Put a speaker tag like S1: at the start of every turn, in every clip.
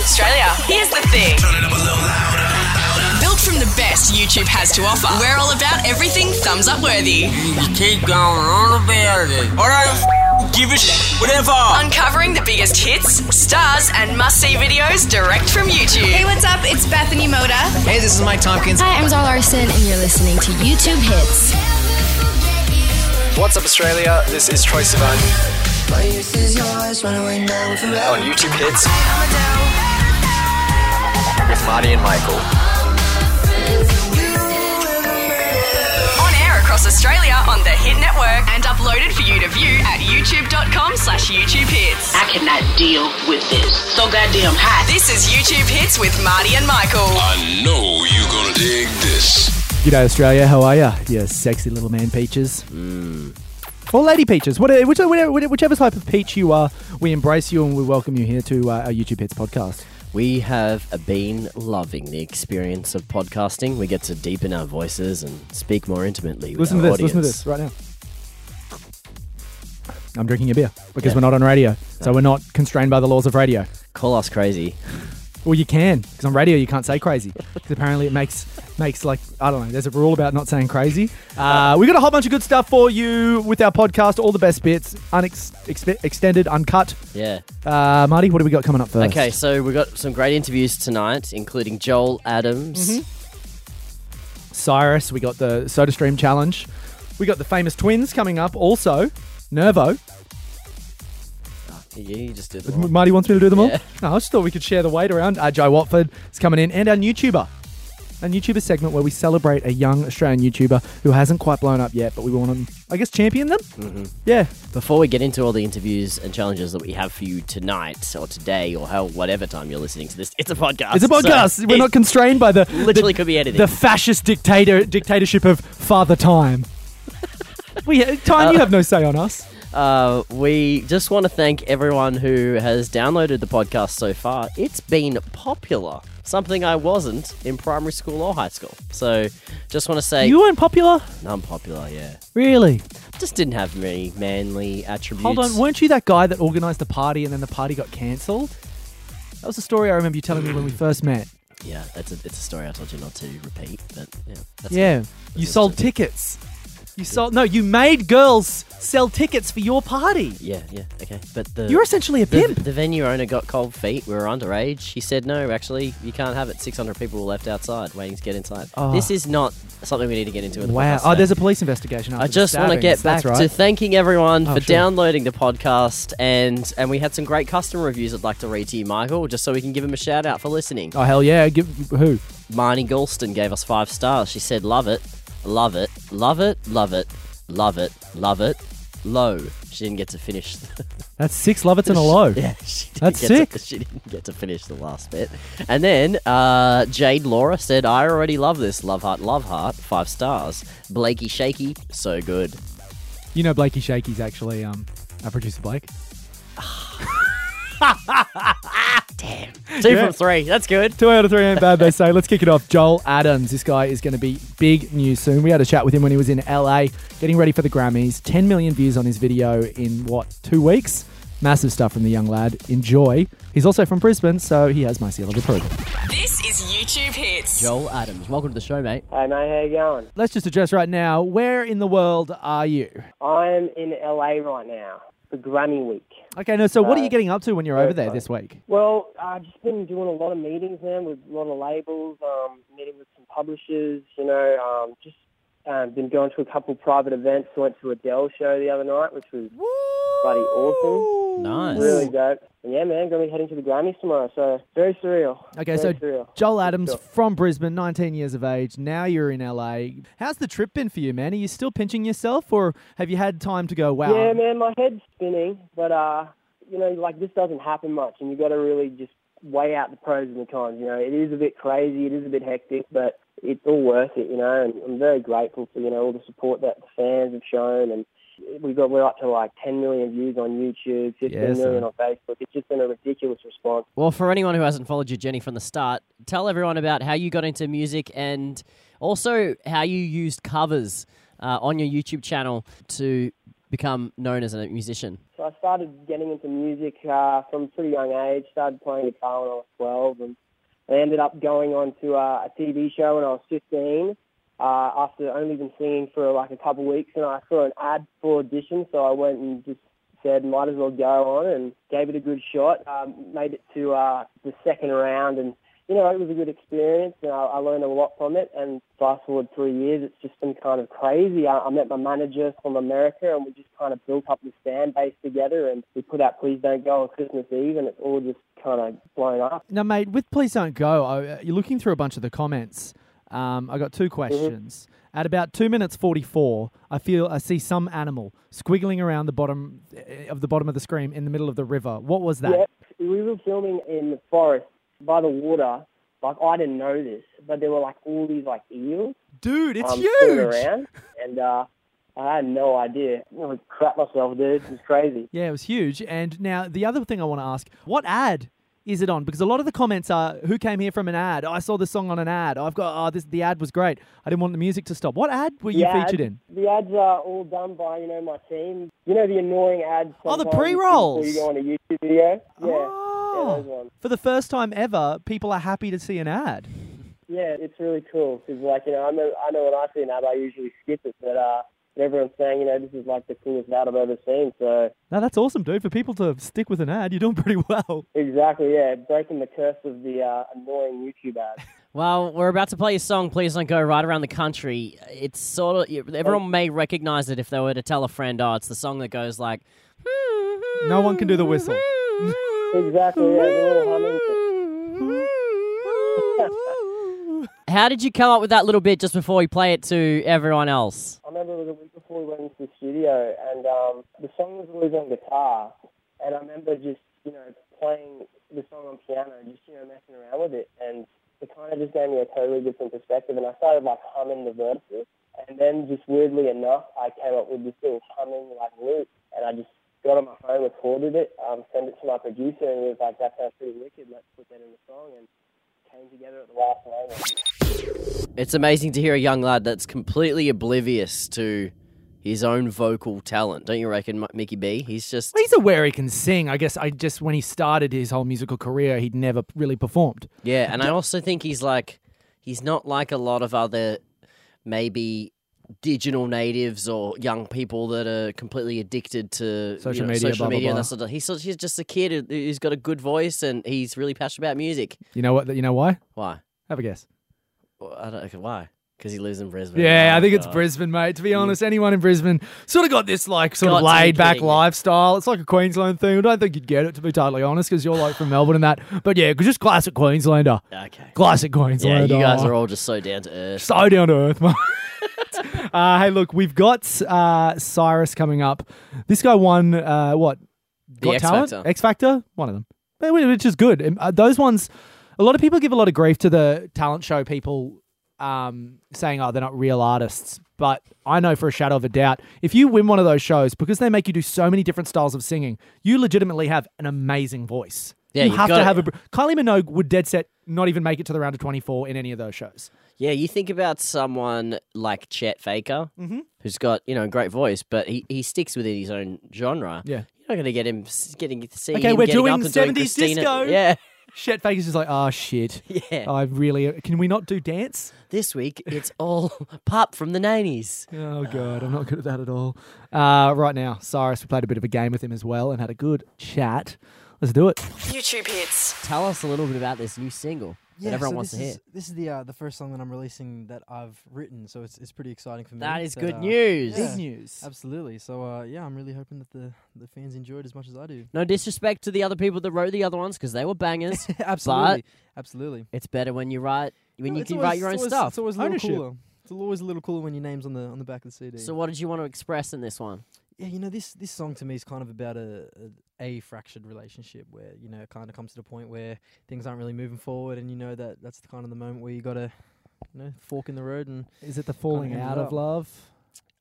S1: Australia. Here's the thing.
S2: Turn it up a little louder.
S1: Built from the best YouTube has to offer. We're all about everything thumbs up worthy.
S3: You keep going on about it. I don't f- give a sh- whatever.
S1: Uncovering the biggest hits, stars, and must-see videos direct from
S4: Hey,
S1: YouTube.
S4: what's up? It's Bethany Moda.
S5: Hey, this is Mike Tompkins.
S6: Hi, I'm Zara Larson, and you're listening to YouTube Hits.
S5: What's up, Australia? This is Troy Sivan
S7: My youth is yours, run away now
S5: on
S7: forever.
S5: YouTube Hits with Marty and Michael.
S1: On air across Australia on the Hit Network and uploaded for you to view at youtube.com slash YouTube Hits.
S8: I cannot deal with this. So goddamn hot.
S1: This is YouTube Hits with Marty and Michael.
S2: I know you're gonna dig this.
S9: G'day, Australia. How are ya? You sexy little man peaches.
S5: Mm.
S9: Or lady peaches. Whatever, whichever, whichever, whichever type of peach you are, we embrace you and we welcome you here to uh, our YouTube Hits podcast.
S10: We have been loving the experience of podcasting. We get to deepen our voices and speak more intimately with
S9: Listen to
S10: our
S9: this.
S10: audience.
S9: Listen to this right now. I'm drinking a beer because we're not on radio, so we're not constrained by the laws of radio.
S10: Call us crazy.
S9: Well, you can because on radio you can't say crazy because apparently it makes makes like I don't know. There's a rule about not saying crazy. Uh, we got a whole bunch of good stuff for you with our podcast. All the best bits, unex- expe- extended, uncut.
S10: Yeah.
S9: Uh, Marty, what do we got coming up first?
S10: Okay, so we got some great interviews tonight, including Joel Adams.
S9: Mm-hmm. Cyrus. We got the SodaStream challenge. We got the famous twins coming up. Also, Nervo.
S10: You, Uh, you just did.
S9: M-
S10: Them all.
S9: Marty wants me to do them all.
S10: Yeah.
S9: No, I just thought we could share the weight around. Uh, Joe Watford is coming in, and our YouTuber. A YouTuber segment where we celebrate a young Australian YouTuber who hasn't quite blown up yet, but we want to, I guess, champion them.
S10: Mm-hmm.
S9: Yeah,
S10: Before we get into all the interviews and challenges that we have for you tonight or today or how whatever time you're listening to this, it's a podcast.
S9: it's a
S10: so
S9: podcast. We're
S10: it
S9: not constrained by the
S10: Literally
S9: the,
S10: could be anything.
S9: the fascist dictator dictatorship of Father Time. we time you have no say on us.
S10: Uh, we just want to thank everyone who has downloaded the podcast so far. It's been popular, something I wasn't in primary school or high school. So just want to say,
S9: You weren't popular,
S10: unpopular, yeah.
S9: really.
S10: Just didn't have many manly attributes.
S9: Hold on, weren't you that guy that organised the party and then the party got cancelled? That was a story I remember you telling me when we first met.
S10: Yeah, that's a, it's a story I told you not to repeat, but yeah. That's
S9: Yeah, you sold tickets. You sold no, you made girls sell tickets for your party.
S10: Yeah, yeah, okay. But the
S9: You're essentially a
S10: the,
S9: pimp.
S10: the venue owner got cold feet. We were underage. He said, "No, actually, you can't have it. Six hundred people were left outside waiting to get inside.
S9: Oh.
S10: This is not something we need to get into." In the
S9: Wow.
S10: podcast
S9: Oh,
S10: today.
S9: there's a police investigation. After
S10: I
S9: the
S10: just want to
S9: stabbings,
S10: get back
S9: that's
S10: to
S9: right.
S10: thanking everyone
S9: Oh,
S10: for
S9: sure.
S10: downloading the podcast, and and we had some great customer reviews. I'd like to read to you, Michael, just so we can give him a shout out for listening.
S9: oh hell yeah! Give who?
S10: Marnie Galston gave us five stars. She said, "Love it, love it, love it, love it, love it, love it." Low. She didn't get to finish. The,
S9: That's six lovets in a low.
S10: yeah, she didn't
S9: Oh. That's
S10: get
S9: sick.
S10: To, she didn't get to finish the last bit. And then uh, Jade Laura said, "I already love this. Love heart, love heart. Five stars. Blakey shaky, so good."
S9: You know Blakey Shakey's actually um our producer Blake.
S10: Two
S9: Yeah.
S10: from three. That's good.
S9: Two out of three ain't bad, they say. Let's kick it off. Joel Adams. This guy is going to be big news soon. We had a chat with him when he was in LA, getting ready for the Grammys. 10 million views on his video in, what, two weeks? Massive stuff from the young lad. Enjoy. He's also from Brisbane, so he has my seal of approval.
S1: This is YouTube Hits.
S10: Joel Adams, welcome to the show, mate.
S11: Hey mate, how you going?
S9: Let's just address right now where in the world are you?
S11: I'm in LA right now for Grammy Week.
S9: Okay, no, so what are you getting up to when you're over there
S11: fine.
S9: this week?
S11: Well, I've just been doing a lot of meetings, man, with a lot of labels, um, meeting with some publishers, you know, um, just um, been going to a couple private events. Went to Adele show the other night, which was bloody awesome.
S10: Nice.
S11: Really dope. And yeah, man, going to be heading to the Grammys tomorrow, so very surreal.
S9: Okay,
S11: very
S9: so
S11: surreal.
S9: Joel Adams from Brisbane, 19 years of age. Now you're in LA. How's the trip been for you, man? Are you still pinching yourself, or have you had time to go, wow,
S11: Yeah, man, my head's spinning, but uh, you know, like this doesn't happen much, and you got to really just weigh out the pros and the cons. You know, it is a bit crazy, it is a bit hectic, but it's all worth it. You know, and I'm very grateful for you know all the support that the fans have shown, and we got we're up to like 10 million views on YouTube, 15
S9: Yeah,
S11: million
S9: son.
S11: on Facebook. It's just been a ridiculous response.
S10: Well, for anyone who hasn't followed you, Jenny, from the start, tell everyone about how you got into music and also how you used covers uh, on your YouTube channel to become known as a musician?
S11: So I started getting into music uh, from a pretty young age. Started playing guitar when I was 12, and I ended up going on to uh, a TV show when I was 15. Uh, after only been singing for like a couple weeks, and I saw an ad for audition, so I went and just said might as well go on and gave it a good shot. Um, made it to uh, the second round, and you know it was a good experience, and I, I learned a lot from it. And fast forward three years, it's just been kind of crazy. I, I met my manager from America, and we just kind of built up this fan base together, and we put out "Please Don't Go" on Christmas Eve, and it's all just kind of blown up.
S9: Now, mate, with Please Don't Go, I, uh, you're looking through a bunch of the comments. Um, I got two
S11: Mm-hmm.
S9: questions. At about two minutes forty-four, I feel I see some animal squiggling around the bottom eh, of the bottom of the screen in the middle of the river. What was that?
S11: Yeah, we were filming in the forest by the water. Like I didn't know this, but there were like all these like eels
S9: Dude, it's
S11: um, swimming
S9: huge.
S11: around, and uh, I had no idea. I was crap myself, dude. It was crazy.
S9: Yeah, it was huge. And now the other thing I want to ask: what ad is it on? Because a lot of the comments are, "Who came here from an ad? I saw the song on an ad. I've got oh, this. The ad was great. I didn't want the music to stop. What ad were you
S11: The ads-
S9: featured in?
S11: The ads are all done by you know my team. You know the annoying ads.
S9: Oh, the
S11: sometimes
S9: pre-rolls.
S11: Before you go on a YouTube video. Yeah. Yeah,
S9: Oh.
S11: those ones.
S9: For the first time ever, people are happy to see an ad.
S11: Yeah, it's really cool because like you know I know I know when I see an ad I usually skip it, but uh, everyone's saying you know this is like the coolest ad I've ever seen. So
S9: Now that's awesome, dude. For people to stick with an ad, you're doing pretty well.
S11: exactly, yeah, breaking the curse of the uh, annoying YouTube ads.
S10: Well, we're about to play a song, Please Don't Go, right around the country. It's sort of, everyone may recognize it if they were to tell a friend, oh, it's the song that goes like,
S9: No one can do the whistle.
S11: exactly, yeah, the little humming.
S10: How did you come up with that little bit just before we play it to everyone else?
S11: I remember it was a week before we went into the studio, and um, the song was always on guitar, and I remember just you know playing the song on piano, just you know messing around with it, and it kind of just gave me a totally different perspective, and I started like humming the verses, and then just weirdly enough, I came up with this little humming like loop, and I just got on my phone, recorded it, um, sent it to my producer, and he was like, "That sounds pretty wicked. Let's put that in the song." and Came together at the last moment.
S10: It's amazing to hear a young lad that's completely oblivious to his own vocal talent. Don't you reckon, M- Mickey B? He's just.
S9: He's aware he can sing. I guess I just when he started his whole musical career, he'd never really performed.
S10: Yeah, and I also think he's like. He's not like a lot of other maybe digital natives or young people that are completely addicted to
S9: Social
S10: you know,
S9: media,
S10: social
S9: blah, blah,
S10: media and
S9: blah.
S10: that sort of he's, sort- he's just a kid who's got a good voice and he's really passionate about music.
S9: You know what? You know why?
S10: Why?
S9: Have a guess.
S10: Well, I don't. Why? Because he lives in Brisbane.
S9: Yeah,
S10: Oh,
S9: I think it's
S10: God.
S9: Brisbane, mate. To be honest, anyone in Brisbane sort of got this like sort of
S10: Got to be
S9: laid back
S10: kidding me.
S9: lifestyle. It's like a Queensland thing. I don't think you'd get it, to be totally honest, because you're like from Melbourne and that. But yeah, 'cause just classic Queenslander.
S10: Okay.
S9: Classic
S10: Yeah,
S9: Queenslander.
S10: you guys are all just so down to earth.
S9: so down to earth, mate. uh, hey, look, we've got uh, Cyrus coming up. This guy won uh, what? Got
S10: X
S9: Talent,
S10: Factor.
S9: X Factor, one of them, Eh, whi- which is good. Um, uh, those ones, a lot of people give a lot of grief to the talent show people um, saying, "Oh, they're not real artists." But I know for a shadow of a doubt, if you win one of those shows, because they make you do so many different styles of singing, you legitimately have an amazing voice.
S10: Yeah,
S9: you
S10: you've
S9: have to
S10: got it.
S9: have a. br- Kylie Minogue would dead set not even make it to the round of twenty four in any of those shows.
S10: Yeah, you think about someone like Chet Faker,
S9: Mm-hmm.
S10: who's got you know a great voice, but he, he sticks within his own genre.
S9: Yeah.
S10: you're not going to get him s- getting see
S9: Okay,
S10: him
S9: we're
S10: getting
S9: doing
S10: up and doing
S9: 70s
S10: Christina-
S9: disco.
S10: Yeah,
S9: Shet Faker's just like, oh shit.
S10: Yeah.
S9: I really can we not do dance?
S10: this week it's all pop from the nineties.
S9: Oh god, I'm not good at that at all. Uh, right now, Cyrus, we played a bit of a game with him as well and had a good chat. Let's do it.
S1: YouTube hits.
S10: Tell us a little bit about this new single that everyone wants to hear.
S12: This is the uh, the first song that I'm releasing that I've written, so it's it's pretty exciting for me.
S10: That is good
S12: uh,
S10: news.
S12: yeah,
S9: news.
S12: Absolutely. So uh, yeah, I'm really hoping that the the fans enjoy it as much as I do.
S10: No disrespect to the other people that wrote the other ones because they were bangers.
S12: absolutely, absolutely.
S10: It's better when you write when
S12: No,
S10: you
S12: it's
S10: can
S12: always-
S10: write your own
S12: it's always,
S10: stuff.
S12: It's always a little
S9: Ownership.
S12: cooler. It's al- always a little cooler when your name's on the on the back of the CD.
S10: So what did you want to express in this one?
S12: yeah, you know this this song to me is kind of about a a, a fractured relationship where you know it kind of comes to the point where things aren't really moving forward, and you know that that's the kind of the moment where you gotta you know fork in the road and
S9: Is it the falling
S12: Kinda
S9: out
S12: ended
S9: of
S12: up.
S9: love?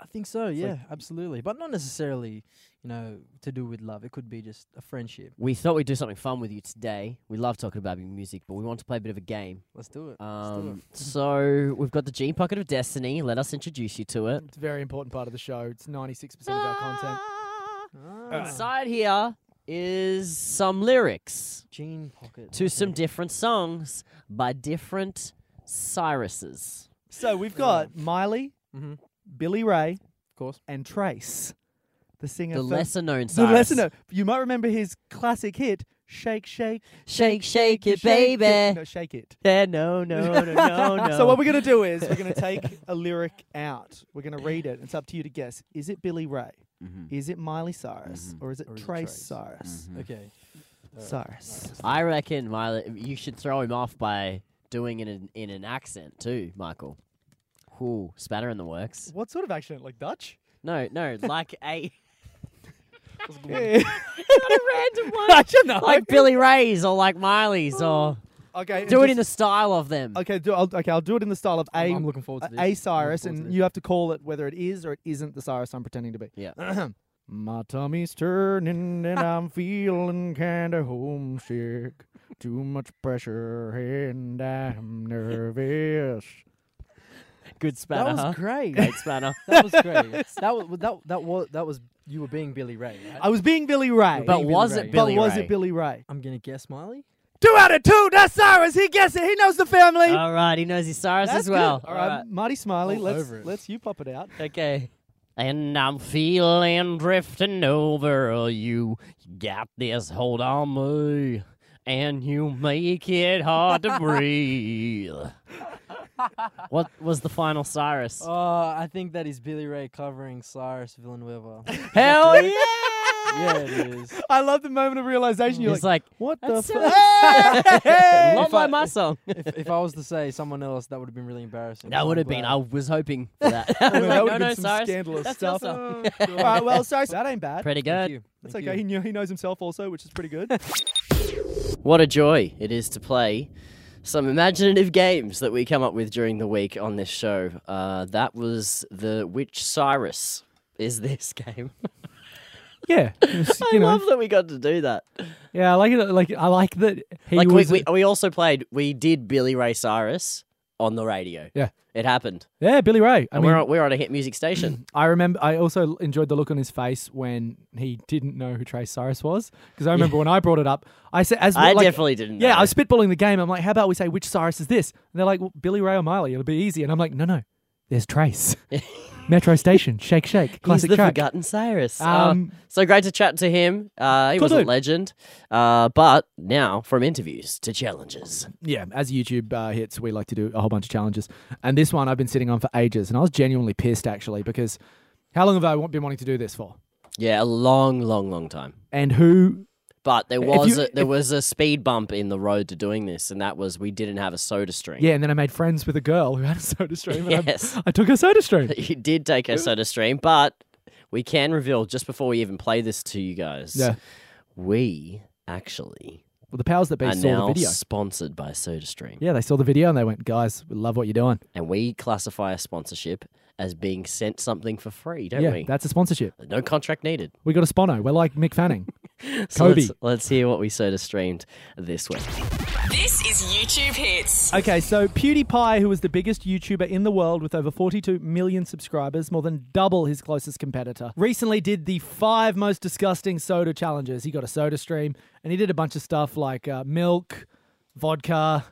S12: I think so.
S10: It's
S12: yeah,
S10: like-
S12: absolutely. But not necessarily, you know, to do with love. It could be just a friendship.
S10: We thought we'd do something fun with you today. We love talking about your music, but we want to play a bit of a game.
S12: Let's do it.
S10: Um, so we've got the Gene Pocket of Destiny. Let us introduce you to it.
S9: It's a very important part of the show. It's 96% of our content.
S10: Ah.
S12: Ah,
S10: Inside here is some lyrics
S12: Gene Pocket.
S10: to some different songs by different Cyruses.
S9: So we've got Miley,
S12: Mhm.
S9: Billy Ray,
S12: of course,
S9: and Trace, the singer.
S10: The
S9: for-
S10: lesser-known
S9: The
S10: Cyrus.
S9: lesser known. You might remember his classic hit, "Shake, Shake,
S10: Shake, shake it,
S9: Shake It."
S10: baby.
S9: No, shake it.
S10: Yeah, no, no, no, no, no.
S9: So what we're gonna do is we're gonna take a lyric out. We're gonna read it. It's up to you to guess. Is it Billy Ray? Is it Miley Cyrus? Or is it Trace Cyrus?
S13: Mm-hmm.
S12: Okay.
S9: Cyrus.
S10: I reckon Miley, you should throw him off by doing it in, in an accent too, Michael. Ooh, spanner in the works.
S9: What sort of accent? Like Dutch?
S10: No, no, like a
S9: Yeah.
S10: not a random one.
S9: I should know.
S10: Like Billy Ray's or like Miley's or
S9: Okay.
S10: do it
S9: just-
S10: in the style of them.
S9: Oh. Okay, do, I'll, okay, I'll do it in the style of a.
S12: I'm- I'm looking forward to
S9: a-
S12: this.
S9: A
S12: Looking
S9: Cyrus,
S12: forward to
S9: and
S12: this.
S9: you have to call it whether it is or it isn't the Cyrus I'm pretending to be.
S10: Yeah.
S9: My tummy's turning and I'm feeling kinda homesick. Too much pressure and I'm nervous.
S10: Good
S12: That
S10: spanner. huh?
S12: was great.
S10: Great spanner.
S12: that was great. That was that that was that was you were being Billy Ray. Right?
S9: I was being Billy Ray.
S10: But
S12: Billy
S10: was
S12: Ray.
S10: it Billy
S9: but was
S10: Ray?
S9: it Billy Ray?
S12: I'm gonna guess Miley.
S9: Two out of two. That's Cyrus. He gets it. He knows the family.
S10: All right, he knows his Cyrus
S9: That's
S10: as well.
S9: Good. All right, Marty Smiley.
S12: All
S9: let's
S12: over it.
S9: let's you pop it out.
S10: Okay. And I'm feeling drifting over you. You got this hold on me. And you make it hard to breathe. what was the final Cyrus?
S12: Oh, I think that is Billy Ray covering Cyrus Villanueva.
S10: Hell yeah!
S12: yeah, it is.
S9: I love the moment of realization. You're
S10: It's like,
S9: what the
S10: that's so
S9: fuck?
S10: not like my song.
S12: If, if I was to say someone else, that would have been really embarrassing.
S10: That
S12: so
S10: would
S12: I'm
S10: have been, I
S12: glad.
S10: was hoping for that. I
S9: that
S10: was like,
S9: would
S10: no,
S9: have
S10: no,
S9: been some
S10: Cyrus.
S9: scandalous
S10: That's your
S9: stuff.
S10: song.
S9: All right, well, Cyrus, that ain't bad.
S10: Pretty
S12: Thank
S10: good.
S12: you.
S9: That's
S12: Thank
S9: okay. He,
S12: you.
S9: knew, he knows himself also, which is pretty good.
S10: What a joy it is to play some imaginative games that we come up with during the week on this show. Uh, that was the Which Cyrus is this game?
S9: yeah,
S10: I love that we got to do that.
S9: yeah, I like it. Like I like that he
S10: like we, we, we also played, we did Billy Ray Cyrus on the radio.
S9: Yeah.
S10: It happened.
S9: yeah, Billy Ray. I
S10: And we're, on, we're on a hit music station.
S9: I remember. I also enjoyed the look on his face when he didn't know who Trace Cyrus was because I remember when I brought it up. I said, "As
S10: I
S9: like-
S10: definitely didn't
S9: Yeah,
S10: know.
S9: I was spitballing the game. I'm like, "How about we say which Cyrus is this?" And they're like, well, "Billy Ray or Miley." It'll be easy. And I'm like, "No, no, there's Trace, Metro Station, Shake Shake,
S10: He's
S9: classic
S10: the
S9: track."
S10: forgotten Cyrus. Uh,
S9: Um,
S10: so great to chat to him. Uh, he
S9: Cool
S10: was a
S9: dude.
S10: legend. Uh, but now, from interviews to challenges.
S9: yeah, as YouTube uh, hits, we like to do a whole bunch of challenges. And this one I've been sitting on for ages, and I was genuinely pissed actually because how long have I wa- been wanting to do this for?
S10: Yeah, a long, long, long time.
S9: And who?
S10: But there was
S9: you-
S10: a, there was a speed bump in the road to doing this, and that was we didn't have a soda stream.
S9: Yeah, and then I made friends with a girl who had a Soda Stream. And
S10: Yes.
S9: I, I took her Soda Stream.
S10: you did take a soda stream, but we can reveal just before we even play this to you guys.
S9: Yeah.
S10: we actually
S9: Well, the powers that be
S10: are
S9: saw
S10: now
S9: the video.
S10: sponsored by Soda Stream,
S9: Yeah, they saw the video and they went, guys, we love what you're doing.
S10: and we classify a sponsorship as being sent something for free, don't
S9: yeah,
S10: we?
S9: that's a sponsorship.
S10: no contract needed.
S9: We got a spono. We're like Mick Fanning.
S10: So
S9: Kobe.
S10: let's, let's hear what we soda streamed this week.
S1: This is YouTube Hits.
S9: okay, so PewDiePie, who is the biggest YouTuber in the world with over 42 million subscribers, more than double his closest competitor, recently did the five most disgusting soda challenges. He got a soda stream and he did a bunch of stuff like uh, milk, vodka.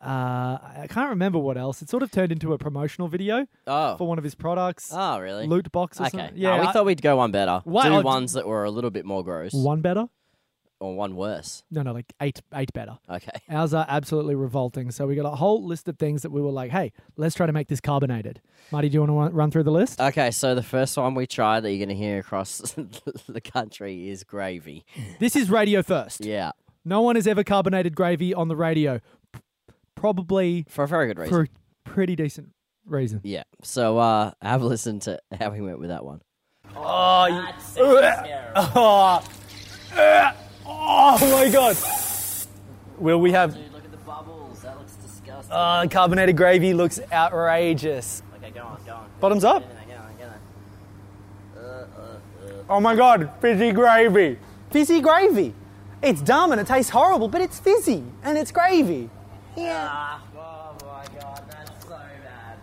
S9: Uh, I can't remember what else. It sort of turned into a promotional video
S10: Oh.
S9: for one of his products.
S10: Oh, really?
S9: Loot box or
S10: Okay.
S9: something.
S10: Yeah, we
S9: I-
S10: thought we'd go one better.
S9: Why-
S10: Do
S9: I'd-
S10: ones that were a little bit more gross,
S9: one better.
S10: or one worse.
S9: No, no, like eight, eight better.
S10: Okay.
S9: Ours are absolutely revolting. So we got a whole list of things that we were like, hey, let's try to make this carbonated. Marty, do you want to run through the list?
S10: Okay, so the first one we tried that you're going to hear across the country is gravy.
S9: this is radio first.
S10: Yeah,
S9: No one has ever carbonated gravy on the radio. P- Probably
S10: for a very good reason.
S9: for a pretty decent reason.
S10: yeah. So uh have a listen to how he went with that one.
S14: Oh my god. Will we have
S10: Dude, look at the bubbles. That looks disgusting.
S9: Uh,
S14: uh, carbonated gravy? Looks outrageous.
S10: okay, go on, go on.
S14: Bottoms up.
S10: Get in there, get in there, get in there.
S14: Oh my god, fizzy gravy.
S15: Fizzy gravy. It's dumb and it tastes horrible, but it's fizzy and it's gravy.
S16: Yeah. oh my god, that's so bad.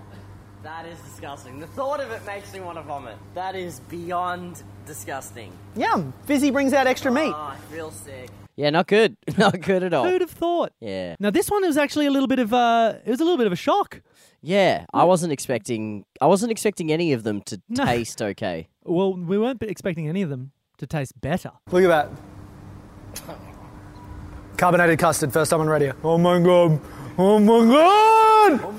S16: That is disgusting. The thought of it makes me want to vomit. That is beyond disgusting.
S15: Yum. Fizzy brings out extra meat.
S16: Oh, I feel sick.
S10: Yeah, not good. Not good at all.
S12: Who'd have thought?
S10: Yeah.
S12: Now this one was actually a little bit of uh, it was a little bit of a shock.
S10: Yeah,
S9: Hmm.
S10: I wasn't expecting. I wasn't expecting any of them to
S12: No.
S10: taste okay.
S12: Well, we weren't expecting any of them to taste better.
S15: Look at that. Carbonated custard, first time on radio.
S14: Oh my god. Oh my god.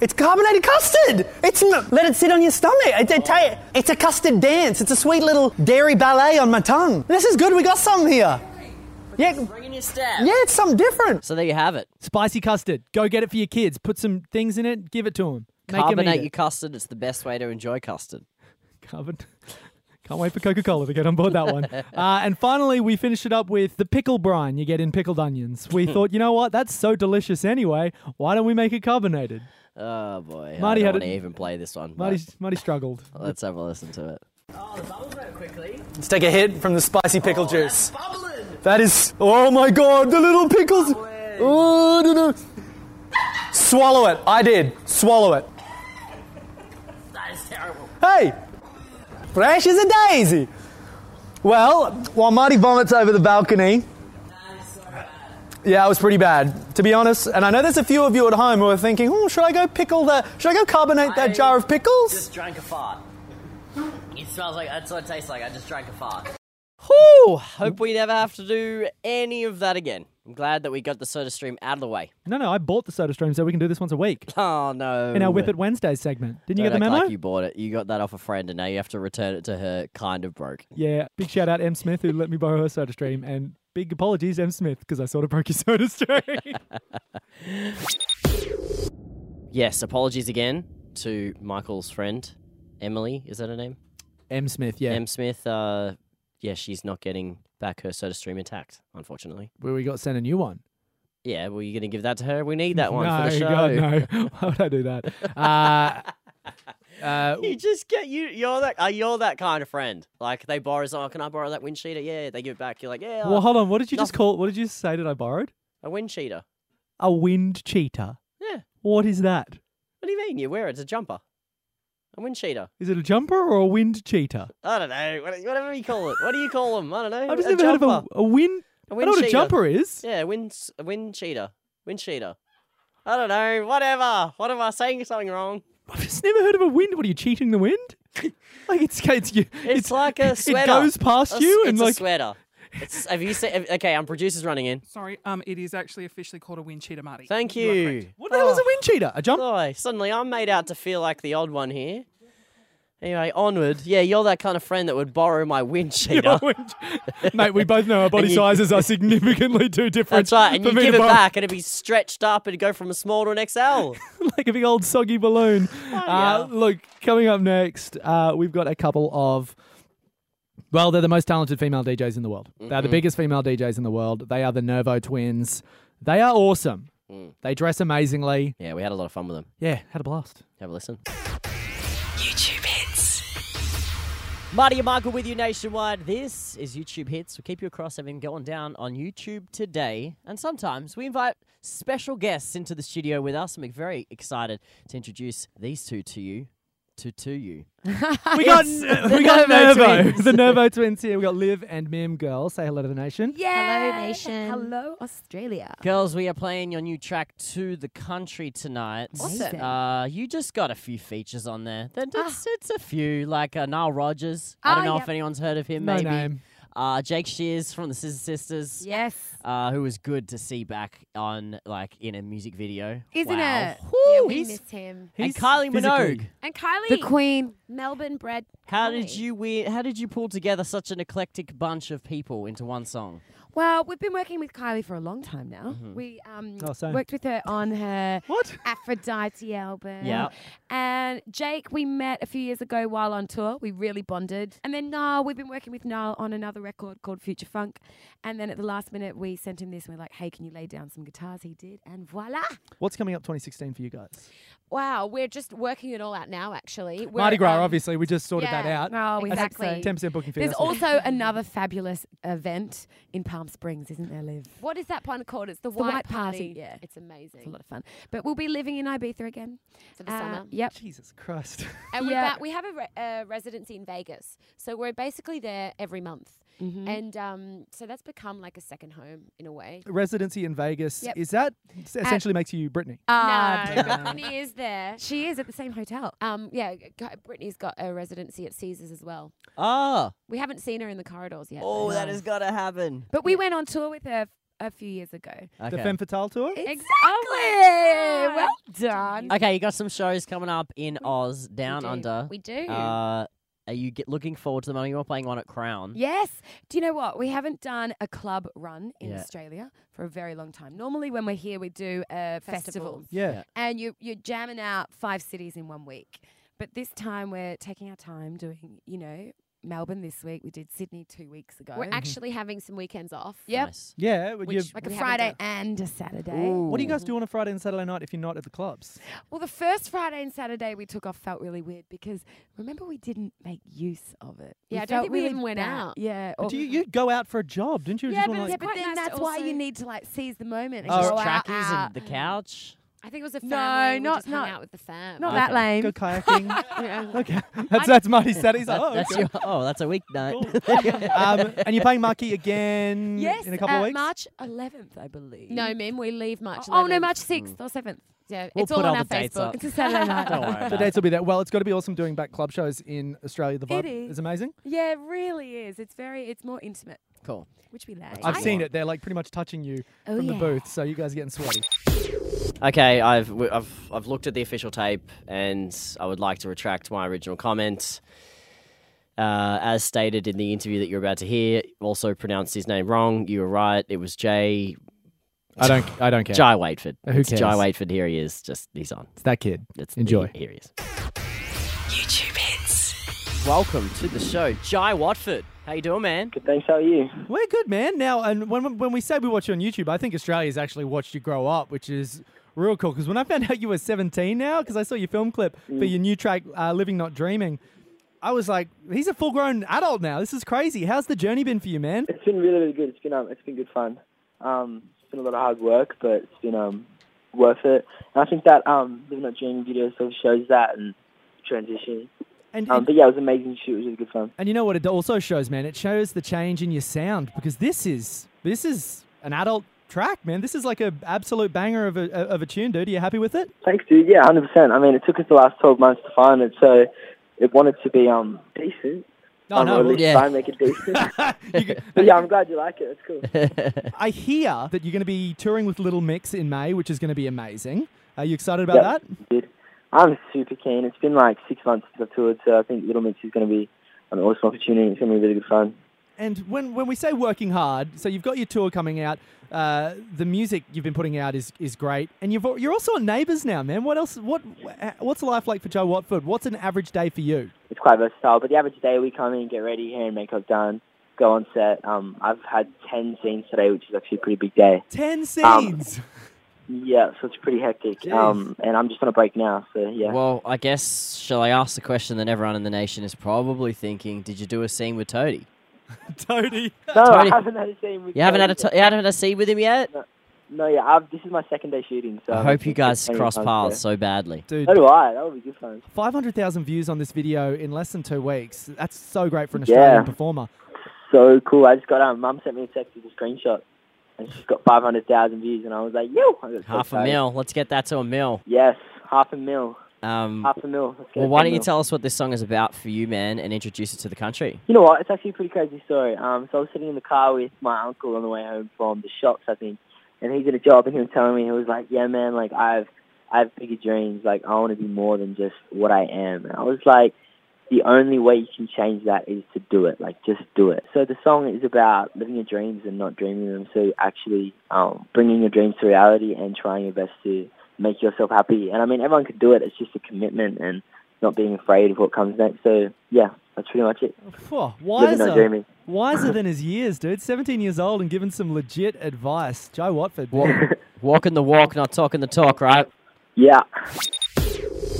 S15: It's carbonated custard. It's not, let it sit on your stomach. It, it ta- it's a custard dance. It's a sweet little dairy ballet on my tongue. This is good. We got some here. Yeah,
S16: Bringing your stab.
S15: yeah, it's something different.
S10: So there you have it.
S9: Spicy custard. Go get it for your kids. Put some things in it. Give it to them. Make 'em eat
S10: Carbonate
S9: it.
S10: your custard. It's the best way to enjoy custard.
S9: Carbon. Can't wait for Coca Cola to get on board that one. Uh, and finally, we finished it up with the pickle brine you get in pickled onions. We thought, you know what? That's so delicious anyway. Why don't we make it carbonated?
S10: Oh boy,
S9: Marty
S10: I
S9: had
S10: don't want
S9: it-
S10: to even play this one. but
S9: Marty, Marty struggled.
S10: Let's have a listen to it.
S15: Let's take a hit from the spicy pickle
S16: Oh,
S15: juice.
S14: That is. Oh my god, the little pickles. Oh, no, no.
S15: Swallow it. I did. Swallow it.
S16: That is terrible.
S15: Hey, fresh as a daisy. Well, while Marty vomits over the balcony, yeah, it was pretty bad, to be honest. And I know there's a few of you at home who are thinking, oh, should I go pickle that? Should I go carbonate that
S16: I
S15: jar of pickles?
S16: Just drank a fart. It smells like that's what it tastes like. I just drank a fart.
S10: Whew, hope we never have to do any of that again. I'm glad that we got the soda stream out of the way.
S9: No, no, I bought the soda stream so we can do this once a week
S10: Oh no.
S9: in our Whip It Wednesday segment. Didn't you
S10: Don't
S9: get the
S10: act
S9: memo?
S10: Like you bought it. You got that off a friend, and now you have to return it to her. Kind of broke.
S9: Yeah. Big shout out M Smith who let me borrow her soda stream, and big apologies M Smith because I sort of broke your soda stream.
S10: Yes. Apologies again to Michael's friend, Emily. Is that her name?
S9: M Smith. Yeah.
S10: M Smith. Uh, yeah, she's not getting back her soda stream intact, unfortunately.
S9: Where we got sent a new one.
S10: Yeah, well, you're gonna give that to her. We need that one
S9: no,
S10: for the show.
S9: God, no. Why would I do that? Uh, uh,
S10: You just get you. You're that. Uh, you're that kind of friend. Like they borrow. something, Oh, can I borrow that wind cheater? Yeah, they give it back. You're like, yeah.
S9: well,
S10: uh,
S9: hold on. What did you just
S10: nothing.
S9: call? What did you say that I borrowed?
S10: A wind cheater.
S9: A wind cheater.
S10: Yeah.
S9: What is that?
S10: What do you mean? You wear it. It's a jumper. A wind cheater.
S9: Is it a jumper or a wind cheater?
S10: I don't know. what- Whatever you call it. What do you call them? I don't know.
S9: I've just
S10: a
S9: never
S10: jumper.
S9: heard of a, a wind.
S10: A
S9: I know what a
S10: cheater.
S9: jumper is.
S10: Yeah, a wind, s- a wind cheater. Wind cheater. I don't know. Whatever. What am I saying? Something wrong?
S9: I've just never heard of a wind. What are you cheating the wind? like it's it's you.
S10: It's, like a sweater.
S9: It goes past
S10: A s-
S9: you and
S10: it's
S9: like
S10: a sweater. It's, have you seen? have- Okay, I'm producers running in.
S17: Sorry, um, it is actually officially called a wind cheater, Marty.
S10: Thank
S17: are
S10: you.
S9: What the hell
S10: Oh.
S9: is a wind cheater? A jump?
S10: Boy, suddenly I'm made out to feel like the odd one here. Anyway, onward. Yeah, you're that kind of friend that would borrow my wind cheater.
S9: mate. We both know our body
S10: And you-
S9: sizes are significantly too different.
S10: That's right, and
S9: for
S10: you
S9: me
S10: give
S9: to
S10: it
S9: borrow-
S10: back, and it'd be stretched up, and it'd go from a small to an XL.
S9: like a big old soggy balloon.
S10: yeah.
S9: uh, look, coming up next, uh, we've got a couple of. Well, they're the most talented female DJs in the world. They're the
S10: Mhm.
S9: biggest female DJs in the world. They are the Nervo twins. They are awesome.
S10: Mm.
S9: They dress amazingly.
S10: yeah, we had a lot of fun with them.
S9: Yeah, had a blast.
S10: Have a listen.
S1: YouTube hits.
S10: Marty and Michael with you nationwide. This is YouTube Hits. We keep you across having going down on YouTube today. And sometimes we invite special guests into the studio with us. I'm very excited to introduce these two to you. To to you.
S9: We got
S10: It's
S9: we
S10: the
S9: got
S10: Nervo
S9: Nervo,
S10: twins.
S9: the Nervo twins here. We got Liv and Mim. Girl, say hello to the nation.
S18: Yeah. Hello, nation. Hello, Australia.
S10: Girls, we are playing your new track to the country tonight.
S18: Awesome.
S10: Uh, you just got a few features on there. Then it's, it's a few, like uh, Nile Rogers. I
S18: Ah,
S10: don't know
S18: yep.
S10: if anyone's heard of him.
S9: No
S10: maybe.
S9: name.
S10: Uh, Jake Shears from the Scissor Sisters.
S18: Yes.
S10: Uh, who was good to see back on like in a music video.
S18: Isn't
S10: Wow.
S18: it? yeah, we
S10: he's-
S18: missed him.
S10: And Kylie Minogue.
S18: And Kylie.
S10: The
S18: queen. Melbourne bred.
S10: How did you win, How did you pull together such an eclectic bunch of people into one song?
S18: Well, we've been working with Kylie for a long time now.
S19: Mhm.
S18: We um,
S19: Oh, same.
S18: worked with her on her Aphrodite album.
S19: Yeah.
S18: And Jake, we met a few years ago while on tour. We really bonded. And then Niall, we've been working with Niall on another record called Future Funk. And then at the last minute, we sent him this and we're like, hey, can you lay down some guitars? He did. And voila.
S9: What's coming up 2016 for you guys?
S19: Wow, we're just working it all out now, actually. We're,
S9: Mardi Gras,
S19: um,
S9: obviously. We just sorted that
S19: yeah.
S9: out.
S18: Oh, exactly.
S9: Ten percent booking fee.
S18: There's
S9: that's it.
S18: also another fabulous event in Palm Springs, isn't there, Liv?
S19: What is that one called? It's the,
S18: It's the
S19: white,
S18: White Party,
S19: Yeah. It's amazing.
S18: It's a lot of fun. But we'll be living in Ibiza again Uh,
S19: For the summer.
S18: Yep.
S9: Jesus Christ.
S19: And
S18: Yeah.
S19: we, we have a re- uh, residency in Vegas. So we're basically there every month.
S18: Mhm.
S19: And um, so that's become like a second home in a way.
S9: Residency in Vegas.
S19: Yep.
S9: Is that s-
S19: At-
S9: essentially makes you Brittany?
S19: no, Brittany is there.
S18: Ah, She is at the same hotel.
S19: Um, yeah, g- g- Brittany's got a residency at Caesars as well.
S16: Ah.
S19: We haven't seen her in the corridors yet.
S16: Oh, that
S19: No.
S16: has got to happen.
S18: But we went on tour with her f- a few years ago.
S9: The Femme Fatale tour.
S18: Exactly. well done.
S10: Okay, you got some shows coming up in Oz, Down
S18: do.
S10: Under.
S18: We do.
S10: Uh, are you get looking forward to them? I know You're playing one at Crown.
S18: Yes. Do you know what? We haven't done a club run in
S10: Yeah.
S18: Australia for a very long time. Normally, when we're here, we do a festival.
S19: Festivals.
S9: Yeah. Yeah.
S18: And you, you're jamming out five cities in one week. But this time, we're taking our time doing, you know, Melbourne this week. We did Sydney two weeks ago.
S19: We're actually having some weekends off.
S18: Yep.
S9: Yeah. would you-
S18: like a Friday and a Saturday.
S9: What do you guys do on a Friday and Saturday night if you're not at the clubs?
S18: Well, the first Friday and Saturday we took off felt really weird because remember we didn't make use of it.
S19: Yeah, I don't
S18: felt
S19: think we
S18: really
S19: even went out.
S18: Yeah.
S9: But
S18: or-
S9: do you, you go out for a job, didn't you?
S18: Oh. yeah,
S9: Just
S18: but,
S9: wanna,
S18: yeah,
S9: like-
S18: but then that's why you need to like seize the moment and
S9: Oh,
S18: go
S9: right.
S18: out.
S10: Trackies
S18: out.
S10: and the couch.
S19: I think it was a
S18: No,
S19: family. No,
S18: not-
S19: not, just hung
S18: not-
S19: out with the fam.
S18: not that lame.
S9: Go kayaking.
S19: Yeah.
S9: okay. That's that's Marty said. He's like,
S10: That-
S9: oh,
S10: that's
S9: okay.
S10: your, oh, that's a weeknight.
S9: um, and you're playing Marquee again
S18: Yes,
S9: in a couple
S18: uh,
S9: of weeks.
S18: March 11th, I believe.
S19: No, Mim, we leave March.
S18: Oh, no,
S19: 11th.
S18: March 6th
S9: Mm.
S18: or 7th.
S19: Yeah,
S10: We'll
S19: it's all
S10: put
S19: on
S10: all
S19: our
S10: the dates
S19: Facebook.
S10: up.
S18: It's a Saturday night.
S10: Don't worry.
S9: The
S10: about
S9: dates will be there. Well, it's got to be awesome doing back club shows in Australia. The
S18: It
S9: vibe
S18: is.
S9: is amazing.
S18: Yeah, it really is. It's very, it's more intimate,
S10: Cool.
S18: which we like.
S9: I've seen it. They're like pretty much touching you
S18: Oh,
S9: from the
S18: yeah.
S9: booth, so you guys are getting sweaty.
S20: Okay, I've, w- I've, I've looked at the official tape and I would like to retract my original comment. Uh, as stated in the interview that you're about to hear, also pronounced his name wrong. You were right. It was Jay.
S9: I don't- I don't care.
S20: Jai Waitford.
S9: Who
S20: It's Jai
S9: cares?
S20: Waitford. Here he is. Just he's on.
S9: It's that kid.
S20: It's
S9: Enjoy.
S20: Here he is.
S1: YouTube hits.
S20: Welcome to the show, Jai Watford. How you doing, man?
S11: Good, thanks. How are you?
S9: We're good, man. Now, and when when we say we watch you on YouTube, I think Australia's actually watched you grow up, which is real cool. Because when I found out you were 17 now, because I saw your film clip
S18: Mm.
S9: for your new track, uh, "Living Not Dreaming," I was like, he's a full grown adult now. This is crazy. How's the journey been for you, man?
S11: It's been really, really good. It's been um, it's been good fun. Um, it's been a lot of hard work, but it's been um, worth it. And I think that um, living up dream video sort of shows that and transition.
S9: And-
S18: Oh,
S11: um,
S9: and-
S11: but yeah, it was an amazing shoot. It was really good fun.
S9: And you know what it also shows, man? It shows the change in your sound because this is this is an adult track, man. This is like a absolute banger of a of a tune, dude. Are you happy with it?
S11: Thanks, dude. Yeah, hundred percent. I mean, it took us the last twelve months to find it, so it wanted to be um decent.
S9: No,
S11: um,
S9: no,
S11: or at least
S9: yeah.
S11: try and make it decent. but yeah, I'm glad you like it. It's cool.
S9: I hear that you're going to be touring with Little Mix in May, which is going to be amazing. Are you excited about that?
S11: Dude, I'm super keen. It's been like six months since I've toured, so I think Little Mix is going to be an awesome opportunity. It's going to be really good fun.
S9: And when, when we say working hard, so you've got your tour coming out, uh, the music you've been putting out is, is great, and you've, al- you're also on Neighbours now, man. What else? What what's life like for Joe Watford? What's an average day for you?
S11: It's quite versatile, but the average day we come in, get ready, hair and makeup done, go on set. Um, I've had 10 scenes today, which is actually a pretty big day.
S9: Ten
S11: Um,
S9: scenes.
S11: Yeah, so it's pretty hectic. Um, and I'm just on a break now, so yeah.
S10: Well, I guess shall I ask the question that everyone in the nation is probably thinking? Did you do a scene with Toadie?
S9: Toadie.
S11: no,
S10: Tony-
S11: I haven't had a scene with
S10: You haven't had a
S11: Tony
S10: to- you haven't had a scene with him yet.
S11: No, no yeah, I've, this is my second day shooting. So
S10: I
S11: I'm
S10: hope you
S11: just
S10: guys
S11: spending
S10: cross
S11: time
S10: paths
S11: there.
S10: so badly.
S9: Dude,
S11: So do I. That would be good fun.
S9: five hundred thousand views on this video in less than two weeks. That's so great for an Australian
S11: Yeah.
S9: performer.
S11: so cool. I just got um, mum sent me a text with a screenshot, and she's got five hundred thousand views, and I was like, yo, I got so
S10: Half a
S11: excited.
S10: mil. Let's get that to a mil.
S11: Yes, half a mil.
S10: Um,
S11: Half a mil. Let's go
S10: well, why
S11: 10
S10: don't you
S11: mil.
S10: tell us what this song is about for you, man, and introduce it to the country?
S11: You know what? It's actually a pretty crazy story. Um, so I was sitting in the car with my uncle on the way home from the shops, I think, and he did a job, and he was telling me he was like, yeah, man, like I've I have bigger dreams. Like I want to be more than just what I am. And I was like, the only way you can change that is to do it. Like, just do it. So the song is about living your dreams and not dreaming them. So actually um, bringing your dreams to reality and trying your best to make yourself happy. And I mean, everyone could do it. It's just a commitment and not being afraid of what comes next. So yeah, that's pretty much it.
S21: Phew,
S11: Living or
S21: wiser,
S11: dreaming.
S21: wiser than his years, dude. 17 years old and given some legit advice. Joe Watford. man.
S10: Walking the walk, not talking the talk, right?
S11: Yeah.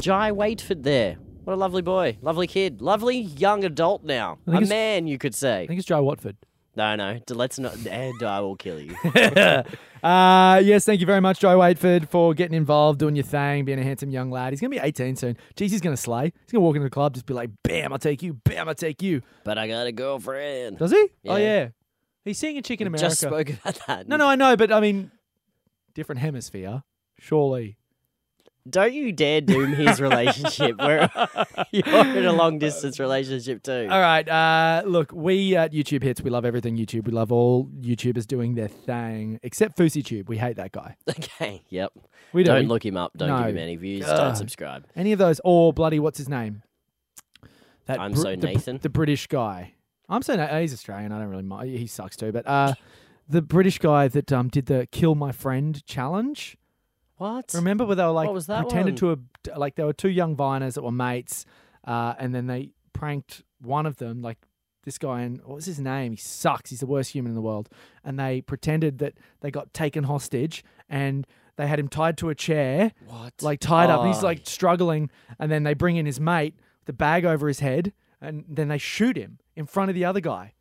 S10: Jai Waitford there. What a lovely boy. Lovely kid. Lovely young adult now.
S9: I think
S10: A
S9: it's-
S10: man, you could say. I
S9: think it's Jai Watford.
S10: No, no. d- Let's not. And I will kill you.
S9: Uh, yes, thank you very much, Joe Waitford, for getting involved, doing your thing, being a handsome young lad. He's going to be 18 soon. Jeez, he's going to slay. He's going to walk into the club, just be like, bam, I'll take you, bam, I'll take you.
S10: but I got a girlfriend.
S9: Does he? Oh, yeah. He's seeing a chick in
S10: We
S9: America.
S10: just spoke about that.
S9: No, no, I know, but I mean, different hemisphere, surely.
S10: Don't you dare doom his relationship. We're, you're in a long distance relationship, too.
S9: All right. Uh, look, we at YouTube Hits, we love everything YouTube. We love all YouTubers doing their thing, except Fousey Tube. We hate that guy.
S10: Okay. Yep.
S9: We do.
S10: don't
S9: We-
S10: look him up. Don't
S9: No.
S10: give him any views.
S9: Ugh.
S10: Don't subscribe.
S9: Any of those, or bloody, what's his name? That
S10: I'm
S9: Br-
S10: So
S9: the,
S10: Nathan.
S9: The British guy. I'm so Na- he's Australian. I don't really mind. He sucks too, but uh, the British guy that um, did the "Kill My Friend" challenge.
S10: What?
S9: Remember where they were like
S10: What was that
S9: pretended
S10: one?
S9: to a, like they were two young viners that were mates, uh, and then they pranked one of them like this guy and what was his name? He sucks. He's the worst human in the world. And they pretended that they got taken hostage and they had him tied to a chair,
S10: what?
S9: Like tied up. And he's
S10: Oh.
S9: like struggling, and then they bring in his mate with a bag over his head, and then they shoot him in front of the other guy.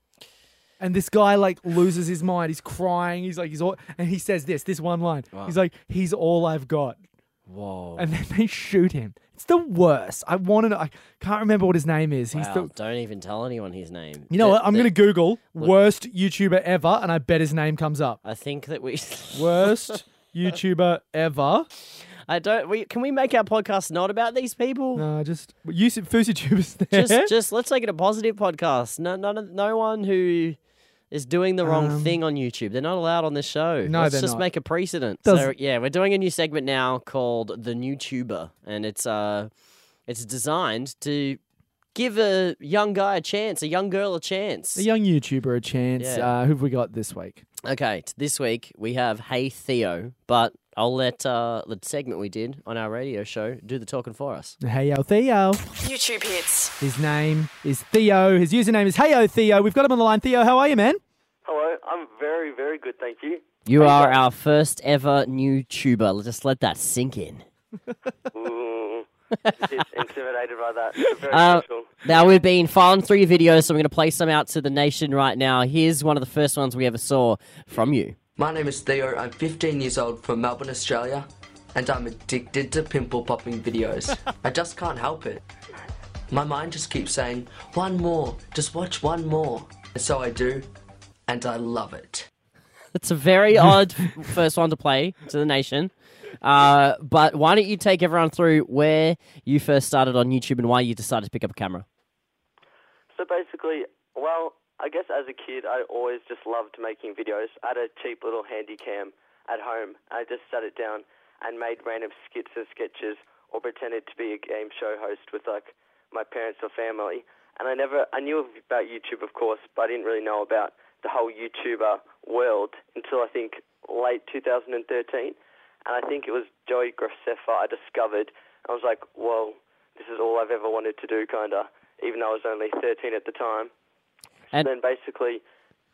S9: And this guy like loses his mind. He's crying. He's like he's all, and he says this this one line. He's like he's all I've got.
S10: Whoa.
S9: And then they shoot him. It's the worst. I want to. know. I can't remember what his name is. He's
S10: wow,
S9: the.
S10: don't even tell anyone his name.
S9: You know
S10: The-
S9: what? I'm
S10: the-
S9: going to Google
S10: Look.
S9: worst YouTuber ever, and I bet his name comes up.
S10: I think that we
S9: Worst YouTuber ever.
S10: I don't. We, can we make our podcast not about these people?
S9: No, just you. YouTubers there.
S10: Just, just let's make it a positive podcast. No, none of, no one who is doing the wrong
S9: Um,
S10: thing on YouTube. They're not allowed on this show.
S9: No,
S10: let's
S9: they're
S10: just
S9: not.
S10: make a precedent.
S9: Does-
S10: So yeah, we're doing a new segment now called the New Tuber, and it's uh, it's designed to give a young guy a chance, a young girl a chance.
S9: a young YouTuber a chance.
S10: Yeah.
S9: Uh, who've we got this week?
S10: Okay, t- this week we have Hey Theo, but I'll let uh, the segment we did on our radio show do the talking for us.
S9: Hey yo Theo.
S22: YouTube hits.
S9: His name is Theo. His username is Heyo Theo. We've got him on the line. Theo, how are you, man?
S13: Hello, I'm very, very good, thank you.
S10: You are our first ever new tuber. Let's Just let that sink in.
S13: Ooh, just Mm, intimidated by that. It's Very
S10: Uh,
S13: special.
S10: now we've been filing through your videos, so I'm going to play some out to the nation right now. Here's one of the first ones we ever saw from you.
S23: My name is Theo, I'm 15 years old from Melbourne, Australia, and I'm addicted to pimple popping videos. I just can't help it. My mind just keeps saying, one more, just watch one more. And so I do, and I love it.
S10: It's a very odd f- first one to play to the nation. Uh, but why don't you take everyone through where you first started on YouTube and why you decided to pick up a camera?
S13: So basically, well, I guess as a kid, I always just loved making videos. I had a cheap little handy cam at home. I just sat it down and made random skits and sketches or pretended to be a game show host with like my parents or family. And I never, I knew about YouTube, of course, but I didn't really know about the whole YouTuber world until I think late 2013. And I think it was Joey Graceffa I discovered. I was like, whoa, this is all I've ever wanted to do, kind of even though I was only 13 at the time.
S10: And-
S13: And then basically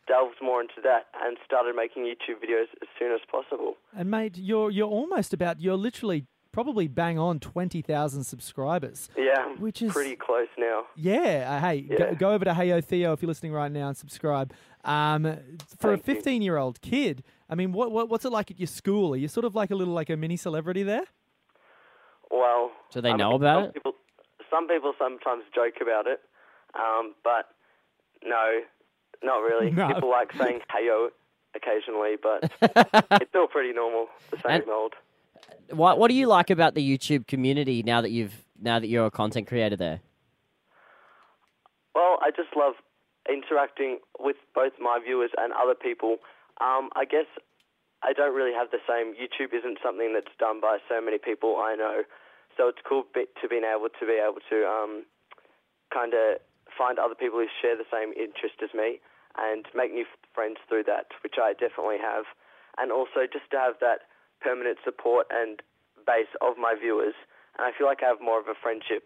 S13: delved more into that and started making YouTube videos as soon as possible.
S9: And mate, you're you're almost about you're literally probably bang on twenty thousand subscribers.
S13: Yeah,
S9: which is
S13: pretty close now.
S9: Yeah. Uh, hey, Go,
S13: Yeah.
S9: go over to Heyo Theo if you're listening right now and subscribe. Um, for
S13: Thank
S9: a
S13: you.
S9: 15 year old kid, I mean, what, what what's it like at your school? Are you sort of like a little like a mini celebrity there?
S13: Well,
S10: Do they know about it?
S13: people, some people sometimes joke about it, um, but no, not really.
S10: No.
S13: People like saying "heyo" occasionally, but it's all pretty normal, the same old.
S10: What What do you like about the YouTube community now that you've now that you're a content creator there?
S13: Well, I just love interacting with both my viewers and other people. Um, I guess I don't really have the same. YouTube isn't something that's done by so many people I know, so it's cool bit to being able to be able to um,
S11: kind of find other people who share the same interest as me and make new f- friends through that, which I definitely have. And also just to have that permanent support and base of my viewers. And I feel like I have more of a friendship,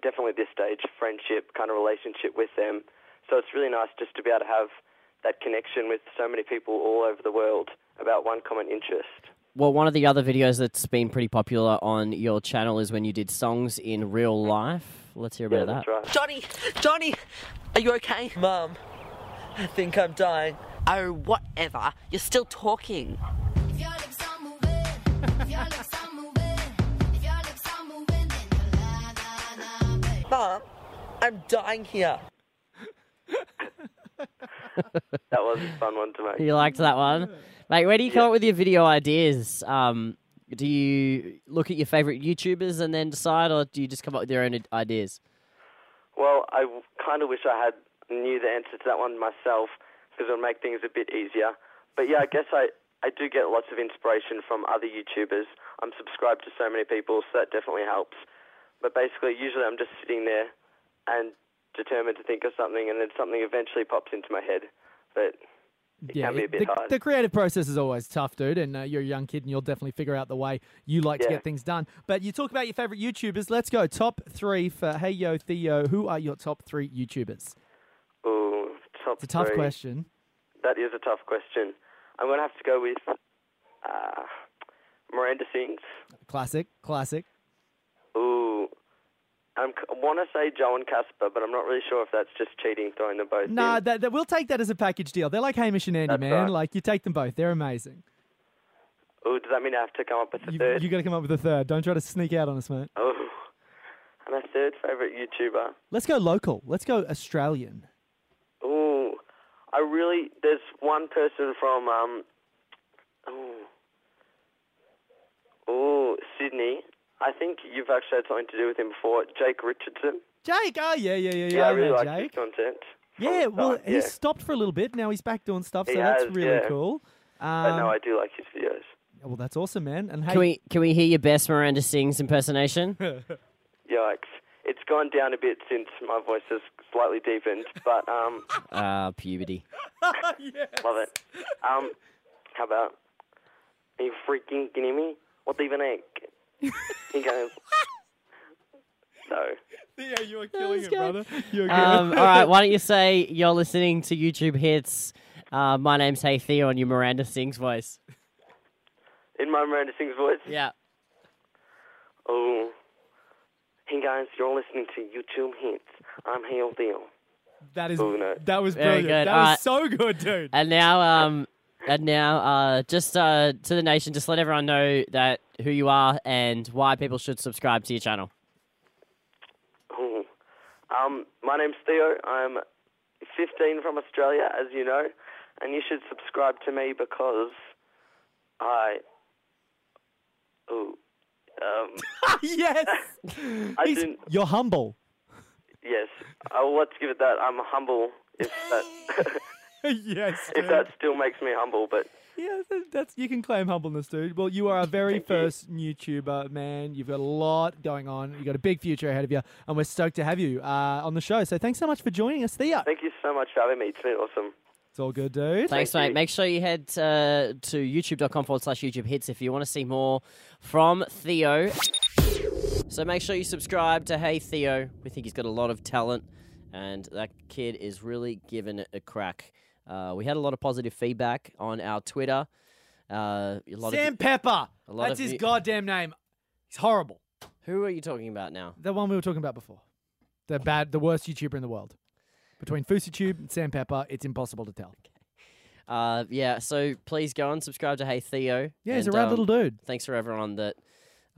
S11: definitely at this stage, friendship kind of relationship with them. So it's really nice just to be able to have that connection with so many people all over the world about one common interest.
S10: Well, one of the other videos that's been pretty popular on your channel is when you did songs in real life. Let's hear about that.
S3: Johnny, Johnny, are you okay? Mum, I think I'm dying. Oh, whatever. You're still talking. Mum, I'm dying here.
S11: That was a fun one to make.
S10: You liked that one, mate. Where do you come up with your video ideas? Um, do you look at your favorite YouTubers and then decide, or do you just come up with your own i- ideas?
S11: Well, I kind of wish I had knew the answer to that one myself because it would make things a bit easier. But yeah, I guess I, I do get lots of inspiration from other YouTubers. I'm subscribed to so many people, so that definitely helps. But basically, usually I'm just sitting there and determined to think of something, and then something eventually pops into my head. But it can be a
S9: it-
S11: bit
S9: the,
S11: hard.
S9: the creative process is always tough, dude. And uh, you're a young kid, and you'll definitely figure out the way you like to
S11: Yeah.
S9: get things done. But you talk about your favorite YouTubers. Let's go top three for Hey Yo Theo. Who are your top three YouTubers?
S11: Ooh, top
S9: It's a tough
S11: three.
S9: question.
S11: That is a tough question. I'm going to have to go with uh, Miranda Sings.
S9: Classic, classic.
S11: Ooh. I'm, I want to say Joe and Casper, but I'm not really sure if that's just cheating throwing them both
S9: Nah,
S11: in.
S9: that, that, we'll take that as a package deal. They're like Hamish and Andy, man.
S11: right.
S9: Like you take them both. They're amazing.
S11: Ooh, does that mean I have to come up with a
S9: You,
S11: third?
S9: you got to come up with a third. Don't try to sneak out on us, mate.
S11: Oh. And a third favourite YouTuber.
S9: Let's go local. Let's go Australian.
S11: Ooh. I really, there's one person from, um, ooh. Ooh, Sydney. I think you've actually had something to do with him before. Jake Richardson.
S9: Jake. Oh yeah, yeah, yeah, yeah.
S11: yeah, I
S9: know
S11: really like
S9: Jake.
S11: his content.
S9: Yeah, well,
S11: yeah.
S9: he's stopped for a little bit. Now he's back doing stuff, so
S11: He
S9: that's
S11: has,
S9: really
S11: yeah.
S9: cool.
S11: but no,
S9: Um,
S11: I do like his videos.
S9: Well, that's awesome, man. And hey,
S10: Can we can we hear your best Miranda Sings impersonation?
S11: Yikes. It's gone down a bit since my voice has slightly deepened, but um,
S10: Ah, puberty.
S11: love it. Um, how about, are you freaking kidding me? What's even egg? He goes, no.
S9: Yeah, you are killing it, brother. You're
S10: Um, all right, why don't you say you're listening to YouTube hits? Uh, my name's Hey Theo, and your Miranda Sings voice.
S11: In my Miranda Singh's voice?
S10: Yeah.
S11: Oh. Hey guys, you're listening to YouTube Hits. I'm Hale Deal.
S9: That is
S11: Oh, no.
S9: that was
S10: Very
S9: brilliant.
S10: good.
S9: That
S10: All
S9: was
S10: right.
S9: so good, dude.
S10: And now, um, and now, uh, just uh, to the nation, just let everyone know that who you are and why people should subscribe to your channel.
S11: Oh. Um, my name's Theo. I'm 15 from Australia, as you know, and you should subscribe to me because I. Oh. Um,
S9: yes.
S11: I
S9: He's-
S11: didn't.
S9: You're humble.
S11: Yes. Oh, let's give it that. I'm humble. If that.
S9: yes.
S11: if that still makes me humble, but
S9: Yeah, that- that's you can claim humbleness, dude. Well, you are our very first YouTuber, man. You've got a lot going on. You've got a big future ahead of you, and we're stoked to have you uh, on the show. So thanks so much for joining us, Theo.
S11: thank you so much for having me. It's been awesome.
S9: It's all good, dude.
S10: Thanks, mate. Make sure you head uh, to youtube.com forward slash YouTube hits if you want to see more from Theo. So make sure you subscribe to Hey Theo. We think he's got a lot of talent, and that kid is really giving it a crack. Uh, we had a lot of positive feedback on our Twitter. Uh, a lot
S9: Sam
S10: of,
S9: Pepper.
S10: a lot
S9: That's
S10: of
S9: his
S10: you-
S9: goddamn name. He's horrible.
S10: Who are you talking about now?
S9: The one we were talking about before. The bad, the worst YouTuber in the world. Between FusiTube and Sam Pepper, it's impossible to tell.
S10: Uh, yeah, so please go and subscribe to Hey Theo. um,
S9: Yeah, he's a rad little dude.
S10: Thanks for everyone that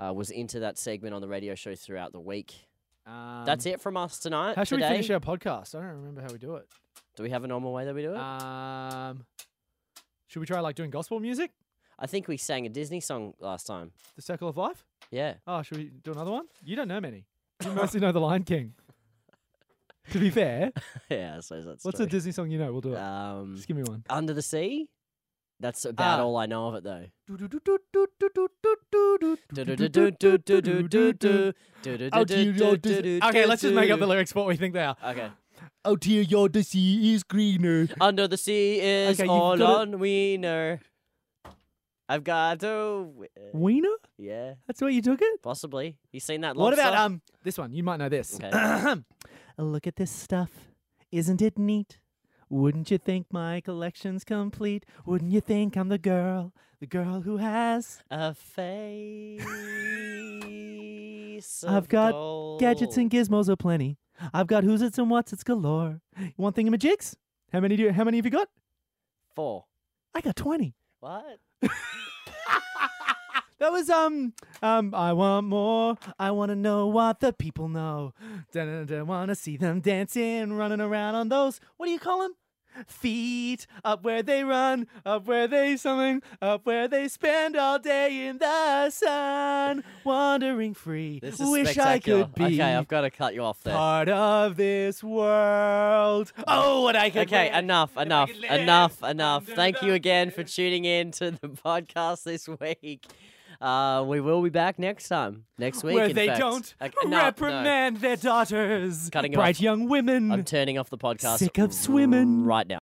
S10: uh, was into that segment on the radio show throughout the week.
S9: Um,
S10: That's it from us tonight.
S9: How should
S10: today.
S9: we finish our podcast? I don't remember how we do it.
S10: Do we have a normal way that we do it?
S9: Um, should we try like doing gospel music?
S10: I think we sang a Disney song last time.
S9: The Circle of Life?
S10: Yeah.
S9: Oh, should we do another one? You don't know many. You mostly know The Lion King. To be fair,
S10: yeah, I suppose that's
S9: what's
S10: true.
S9: a Disney song you know? We'll do it.
S10: Um,
S9: Just give me one.
S10: Under the Sea? That's about
S24: Ah.
S10: all I know of it, though.
S25: Oh, dear, your dis- Okay, let's just make up the lyrics for what we think they are.
S10: Okay.
S25: Oh dear, your the sea is greener.
S10: Under the sea is
S25: Okay, you've
S10: all
S25: gotta-
S10: on wiener. I've got to.
S9: Wiener?
S10: Yeah.
S9: That's where you took it?
S10: Possibly. You seen that?
S9: What about
S10: lobster?
S9: um this one? You might know this.
S10: Okay.
S9: Look at this stuff. Isn't it neat? Wouldn't you think my collection's complete? Wouldn't you think I'm the girl, the girl who has?
S10: a face?
S9: I've
S10: of
S9: got
S10: gold.
S9: gadgets and gizmos aplenty. I've got who's it's and what's it's galore. You want thingamajigs? How many do you, how many have you got?
S10: Four.
S9: I got twenty.
S10: What?
S9: That was um um I want more. I want to know what the people know. I want to see them dancing, running around on those. What do you call them? Feet up where they run, up where they something, up where they spend all day in the sun, wandering free.
S10: This is
S9: Wish I
S10: spectacular.
S9: could be
S10: Okay, I've got to cut you off there.
S9: part of this world. Oh, what I could
S10: Okay,
S9: live.
S10: enough, enough, enough, enough. Thank you again for tuning in to the podcast this week. Uh, we will be back next time, next week.
S9: where
S10: in
S9: they
S10: fact.
S9: don't
S10: Okay, no, no.
S9: reprimand their daughters,
S10: Cutting it
S9: bright
S10: off.
S9: young women.
S10: I'm turning off the podcast.
S9: Sick of swimming.
S10: Right now.